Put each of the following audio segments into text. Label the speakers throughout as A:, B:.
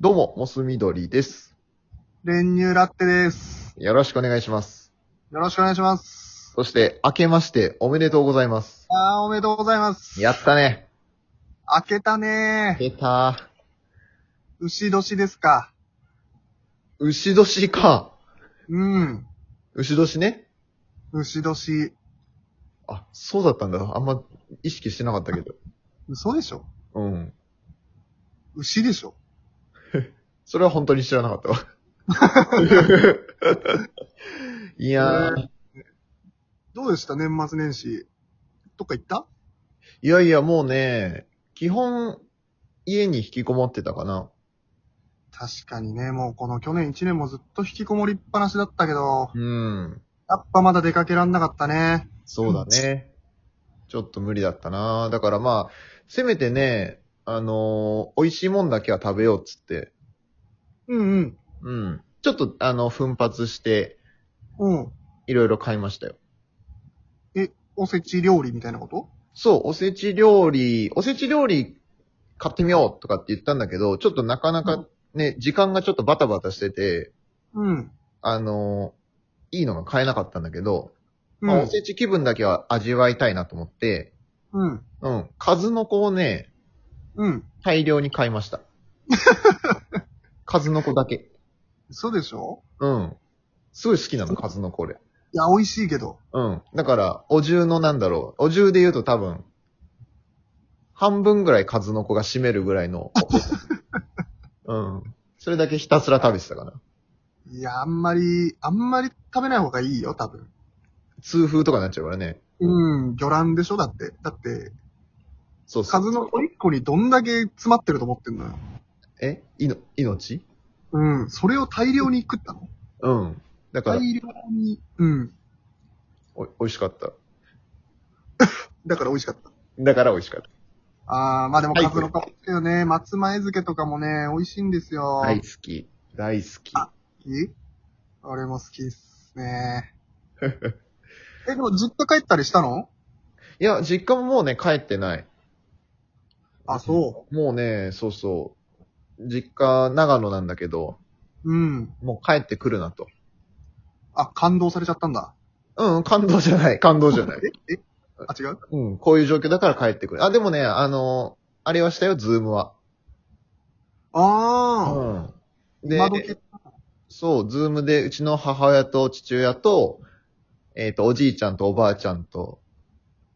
A: どうも、モスミドリです。
B: 練乳ラッテです。
A: よろしくお願いします。
B: よろしくお願いします。
A: そして、明けましておめでとうございます。
B: あー、おめでとうございます。
A: やったね。
B: 明けたねー。
A: 明けた。
B: 牛年ですか。
A: 牛年か。
B: うん。
A: 牛年ね。
B: 牛年。
A: あ、そうだったんだ。あんま意識してなかったけど。
B: 嘘でしょ
A: うん。
B: 牛でしょ
A: それは本当に知らなかったわ。いやー、
B: どうでした年末年始。どっか行った
A: いやいや、もうね、基本、家に引きこもってたかな。
B: 確かにね、もうこの去年1年もずっと引きこもりっぱなしだったけど、
A: うん。
B: やっぱまだ出かけらんなかったね。
A: そうだね。ちょっと無理だったな。だからまあ、せめてね、あのー美味しいもんだけは食べようっつって。
B: うんうん。
A: うん。ちょっと、あの、奮発して、
B: うん。
A: いろいろ買いましたよ。
B: おせち料理みたいなこと
A: そう、おせち料理、おせち料理買ってみようとかって言ったんだけど、ちょっとなかなかね、時間がちょっとバタバタしてて、
B: うん。
A: あのーいいのが買えなかったんだけど、
B: う
A: まあお
B: ん。
A: せち気分だけは味わいたいなと思って、
B: うん。
A: うん、数の子をね、
B: うん。
A: 大量に買いました。数の子だけ。
B: 嘘でしょ
A: うん。すごい好きなの、数の子俺。
B: いや、美味しいけど。
A: うん。だから、お重のなんだろう。お重で言うと多分、半分ぐらい数の子が占めるぐらいの。うん。それだけひたすら食べてたかな。
B: いや、あんまり、あんまり食べない方がいいよ、多分。
A: 痛風とかになっちゃうからね。
B: うん、魚卵でしょだって。だって、
A: そうそう。
B: 数の子一個にどんだけ詰まってると思ってんのよ。
A: えいの、命
B: うん、それを大量に食ったの
A: うん。だから、
B: 大量に。うん。
A: お、美味しかった。
B: だから美味しかった。
A: だから美味しかっ
B: あー、まあでも
A: はい
B: 数の子だよね。松前漬けとかもね、美味しいんですよ。
A: た。大好き。大好き。
B: あい。俺も好きっす ね。え、でも実家帰ったりしたの
A: いや、実家ももうね、帰ってない。
B: あ、そ
A: もうね、そうそう。実家、長野なんだけど、
B: う。うん。
A: もう帰ってくるなと。
B: あ、感動されちゃったんだ。
A: うんうん、感動じゃ ない、感動じゃない。
B: ええあ、違う
A: うん、こういう状況だから帰ってくる。あ、でもね、あの、あれはしたよ、ズームは。
B: あ
A: うん。
B: ー。今
A: で、
B: 時。
A: そう、ズームで、うちの母親と父親と、えっ、と、おじいちゃんとおばあちゃんと、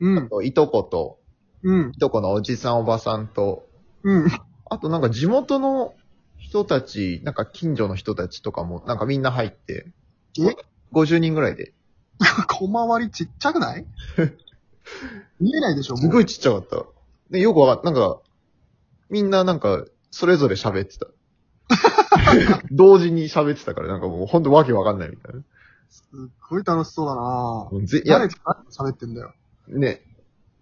B: うん、
A: いとこと、
B: うん、
A: いとこのおじさんおばさんと、
B: うん。
A: あとなんか地元の人たち、なんか近所の人たちとかも、なんかみんな入って、
B: え
A: ?50 人ぐらいで。
B: 小回りちっちゃくない 見えないでしょ
A: す
B: い。
A: ごいちっちゃかった。で、よくわかんなんか、みんななんか、それぞれ喋ってた。同時に喋ってたから、なんかもうほんとわけわかんないみたいな。
B: すっごい楽しそうだなぁ。
A: もうぜいや
B: 誰、と喋ってんだよ。
A: ね、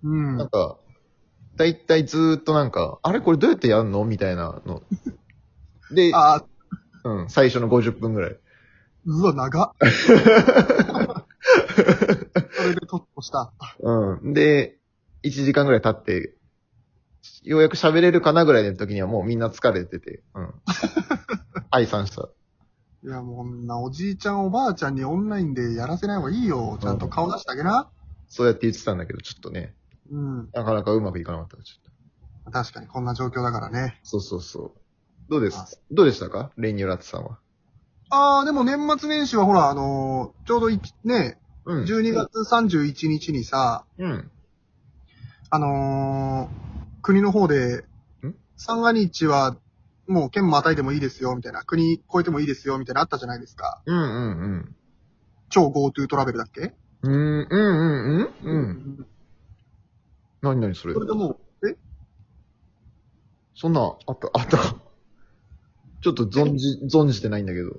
B: うん。
A: なんか、だいたいずーっとなんか、あれこれどうやってやんのみたいなの。で、
B: あー、
A: うん、最初の50分ぐらい。
B: うわ、長っ。それでとっとした。
A: うん。で、1時間ぐらい経って、ようやく喋れるかなぐらいの時にはもうみんな疲れてて、うん。解散した。
B: いや、もうこんなおじいちゃんおばあちゃんにオンラインでやらせない方がいいよ。ちゃんと顔出してあげな。
A: そうやって言ってたんだけど、ちょっとね、
B: うん。
A: なかなかうまくいかなかった。ちょっと
B: 確かに、こんな状況だからね。
A: そうそうそう。どうで
B: あ
A: すどうでしたかレニューラッツさんは。
B: あー、でも年末年始はほら、あのーちょうどいね、
A: うん。
B: 12月31日にさ、
A: うん。
B: あのー、国の方で
A: ん、
B: 三が日は、もう県またいでもいいですよ、みたいな。国越えてもいいですよ、みたいなあったじゃないですか。
A: うんうん
B: 超 GoTo トラベルだっけ
A: うん。うん、うん、うん、うん。うん。何々それ
B: そ。れともう、え
A: そんな、あった、あったか。 ちょっと存じ、存じてないんだけど。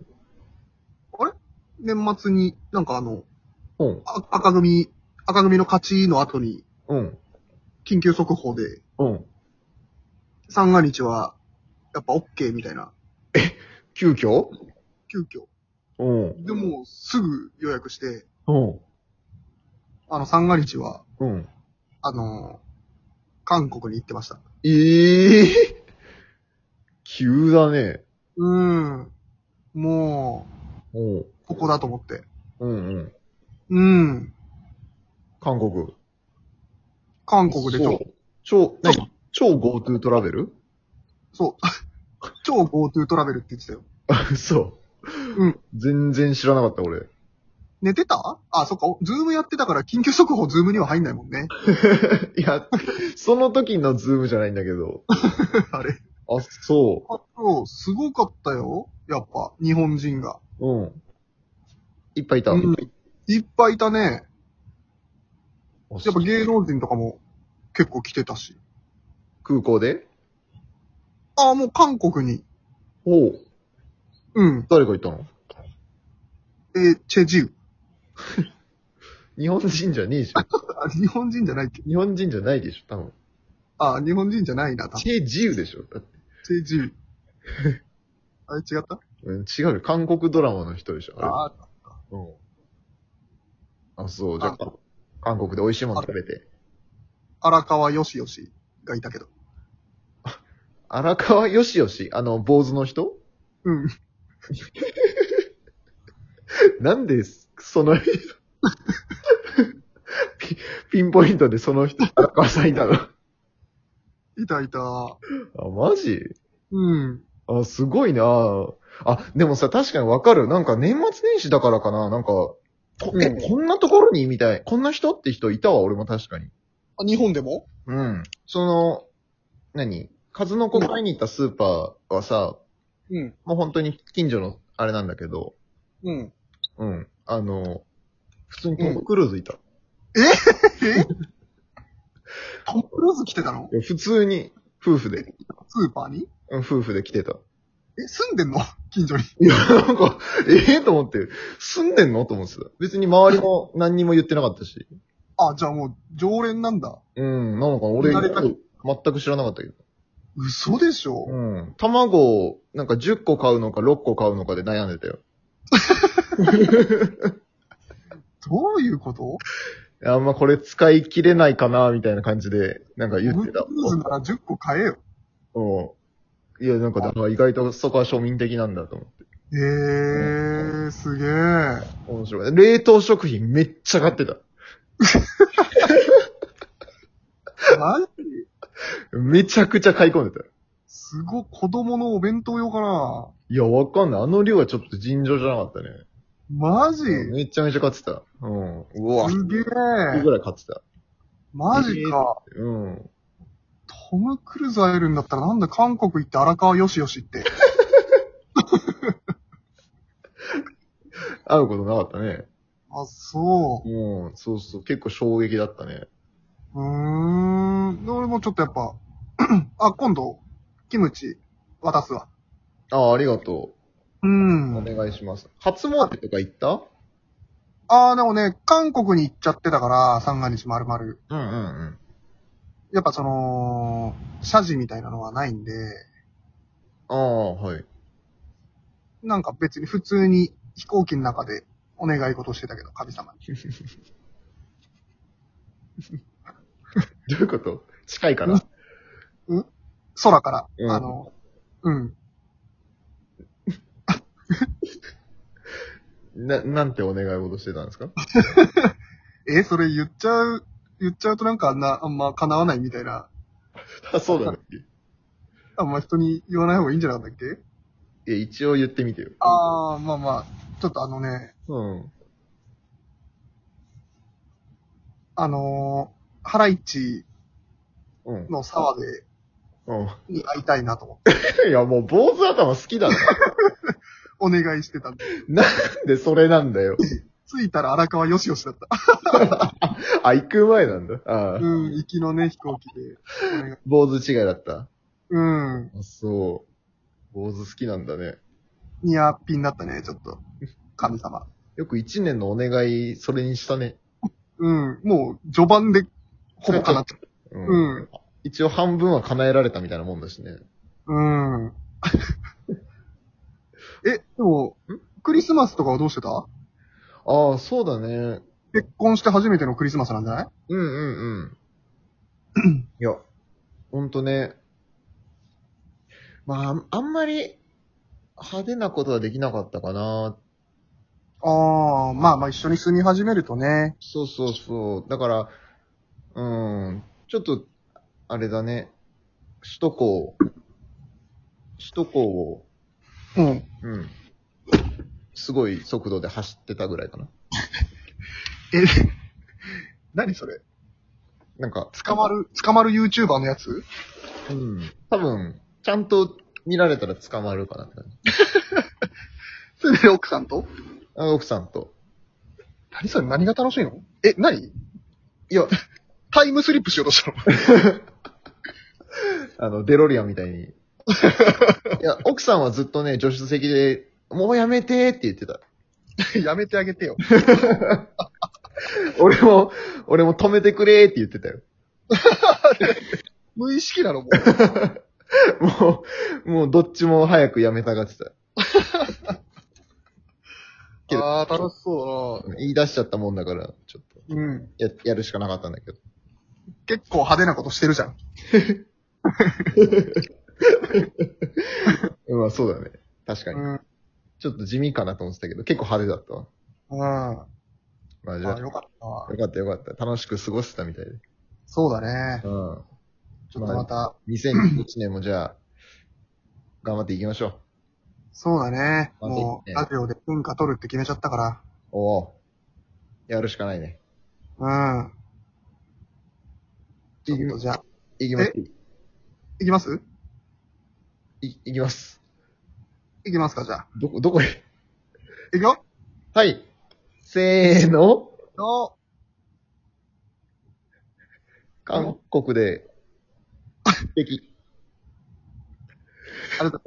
B: 年末に、なんかあの、
A: うん、
B: あ赤組、赤組の勝ちの後に、
A: うん、
B: 緊急速報で、
A: うん。
B: 三が日は、やっぱ OK みたいな、
A: 急遽
B: 急遽。
A: うん、
B: でも、すぐ予約して、
A: うん、
B: あの、三が日は、
A: うん。
B: あのー韓国に行ってました。
A: ええー、急だね。
B: うん。も
A: おう
B: う、ここだと思って。
A: うんうん。
B: うん。
A: 韓国。
B: 韓国でち
A: そ
B: ょ
A: う。超、何超 GoTo トラベル
B: そう。 超 GoTo トラベルって言ってたよ。
A: そう。
B: うん。
A: 全然知らなかった、俺。
B: 寝てたあ、そっか。ズームやってたから緊急速報ズームには入んないもんね。
A: いや、その時のズームじゃないんだけど。
B: あれ。
A: あ、そ
B: あと、すごかったよ。やっぱ、日本人が。
A: う。うん。いっぱいいた。
B: うん。いっぱいいたね。
A: あ
B: や
A: そう
B: っぱ芸能人とかも結構来てたし。
A: 空港で
B: ああ、もう韓国に。
A: おう。
B: うん。
A: 誰が行ったの
B: えーチェジウ。
A: 日本人じゃねえじゃん。
B: あ日本人じゃないっけ
A: 日本人じゃないでしょ、多分。
B: あー日本人じゃないな、多分
A: チェジウでしょ。だって
B: チ ェジウ。あれ違った
A: うん、違うよ。韓国ドラマの人でしょ。あれ
B: あー
A: うん。あ、そう。じゃあ、韓国で美味しいもの食べて。
B: 荒川よしよしがいたけど。
A: 荒川よしよし、あの、坊主の人
B: うん。
A: なんで、その 人ピ、ピンポイントでその人、荒川さんいたの あ、
B: いたいた。
A: マジ
B: うん。
A: あ、すごいなあ、でもさ、確かにわかる。なんか年末年始だからかな。なんか、こえ、
B: うん
A: こんなところにみたい。こんな人って人いたわ、俺も確かに。
B: あ、日本でも
A: うん。その、何数の子買いに行ったスーパーはさ、
B: うん。
A: もう本当に近所のあれなんだけど、
B: うん。
A: うん。あの、普通にトム・クルーズいた。
B: トム・クルーズ来てたの
A: いや普通に、夫婦で、
B: スーパーに
A: うん、夫婦で来てた。
B: え、住んでんの近所に。
A: いや、なんか、ええと思って、住んでんのと思ってた。別に周りも何にも言ってなかったし。
B: あ、じゃあもう常連なんだ。
A: うん、なのかな俺、
B: 慣れた
A: 全く知らなかったけど。
B: 嘘でしょ、
A: うん。卵を、なんか10個買うのか6個買うのかで悩んでたよ。
B: どういうこと
A: あんまこれ使い切れないかな、みたいな感じで、なんか言
B: ト
A: っ
B: ム・
A: て
B: クル
A: た。
B: ーズなら10個買えよ。
A: うん。いや、なんか、だから意外とそこは庶民的なんだと思って。
B: えー、すげえ。
A: 面白い。冷凍食品めっちゃ買ってた。
B: マジ
A: めちゃくちゃ買い込んでた。
B: すごい、子供のお弁当用かない
A: や、わかんない。あの量はちょっと尋常じゃなかったね。
B: マジ
A: めっちゃめちゃ買ってた。うん。うわ。
B: すげえ。
A: 1ぐらい買ってた。
B: マジか。
A: うん。
B: トム・クルーズ会えるんだったらなんで韓国行って荒川よしよしって。
A: 会うことなかったね。
B: あ、そう。
A: うん。そうそう。結構衝撃だったね。
B: うーん。で俺もちょっとやっぱ、 あ、今度、キムチ渡すわ。
A: ああ、ありがとう。お
B: うん。
A: 願いします。初詣とか行った
B: あー、でもね、韓国に行っちゃってたから、三が日丸々。
A: うんうんうん。
B: やっぱその、謝辞みたいなのはないんで、
A: ああ、はい。
B: なんか別に普通に飛行機の中でお願い事してたけど、神様に。
A: どういうこと近いから。
B: 空から、
A: うん
B: あの、うん。
A: な、なんてお願い事してたんですか
B: えそれ言っちゃう、言っちゃうとなんかあんな、あんま叶わないみたいな、
A: あ、 そうだね。
B: あんま人に言わない方がいいんじゃなかったっけ
A: いや、一応言ってみてよ。
B: あー、まあまあ、ちょっとあのね、
A: うん。
B: あのー、ハライチ
A: うん。
B: の沢で
A: うん。
B: に会いたいなと思っ て、
A: いや、もう坊主頭好きだな。
B: お願いしてたんで、
A: なんでそれなんだよ。
B: 着いたら荒川よしよしだった。
A: あ、行く前なんだ。ああ
B: うん、行きのね、飛行機で。お願い
A: 坊主違いだった。
B: うん、
A: あ、そう。坊主好きなんだね。
B: ニアピンだったね、ちょっと。神様。
A: よく一年のお願い、それにしたね。
B: うん、もう、序盤で、ほぼかなって。
A: う。
B: うんん、
A: 一応半分は叶えられたみたいなもんだしね。
B: うん。え、でも、クリスマスとかはどうしてた
A: ああ、そうだね。
B: 結婚して初めてのクリスマスなんじゃない
A: うんうんうん。 いや、ほんとね。まああん、あんまり、派手なことはできなかったかな。
B: ああ、まあまあ一緒に住み始めるとね。
A: そうそうそう。だから、うん、ちょっと、あれだね。首都高を、首都高を、
B: うん。
A: うん。すごい速度で走ってたぐらいかな。
B: え、何それ
A: なんか、
B: 捕まる、捕まる YouTuber のやつ
A: うん。多分、ちゃんと見られたら捕まるかなって感じ。
B: それで奥さんと
A: あ奥さんと。
B: 何それ何が楽しいのえ、何
A: いや、
B: タイムスリップしようとしたの
A: あの、デロリアンみたい に。いや、奥さんはずっとね、助手席で、もうやめてーって言ってた。
B: やめてあげてよ。
A: 俺も、俺も止めてくれーって言ってたよ。
B: 無意識なのもう。
A: もう、もうどっちも早くやめたがってた。けど
B: ああ、楽しそう
A: 言い出しちゃったもんだから、ちょっと、
B: だな。うん。
A: や、やるしかなかったんだけど。
B: 結構派手なことしてるじゃん。
A: うんまあそうだね。確かに。
B: うん。
A: ちょっと地味かなと思ってたけど、結構派手だったわ。
B: うん。あ
A: まあじゃあ、
B: よかったわ。
A: よかったよかった。楽しく過ごせたみたいで。
B: そうだね。
A: うん。
B: ちょっとまた、
A: 2021年もじゃあ、頑張っていきましょ
B: そうだね。
A: まずいね
B: もう、ラジオで文化取るって決めちゃったか
A: う。おおう。やるしかないね。
B: ら。うん。ち
A: い
B: ょ
A: き
B: っ
A: ま
B: とじゃあ、
A: いきます。
B: いきます
A: い、いきます。
B: いきますか、じゃあ。
A: どこ、どこへ
B: いくよ
A: はい。せーの。
B: の、
A: 韓国で、敵。
B: あれだ。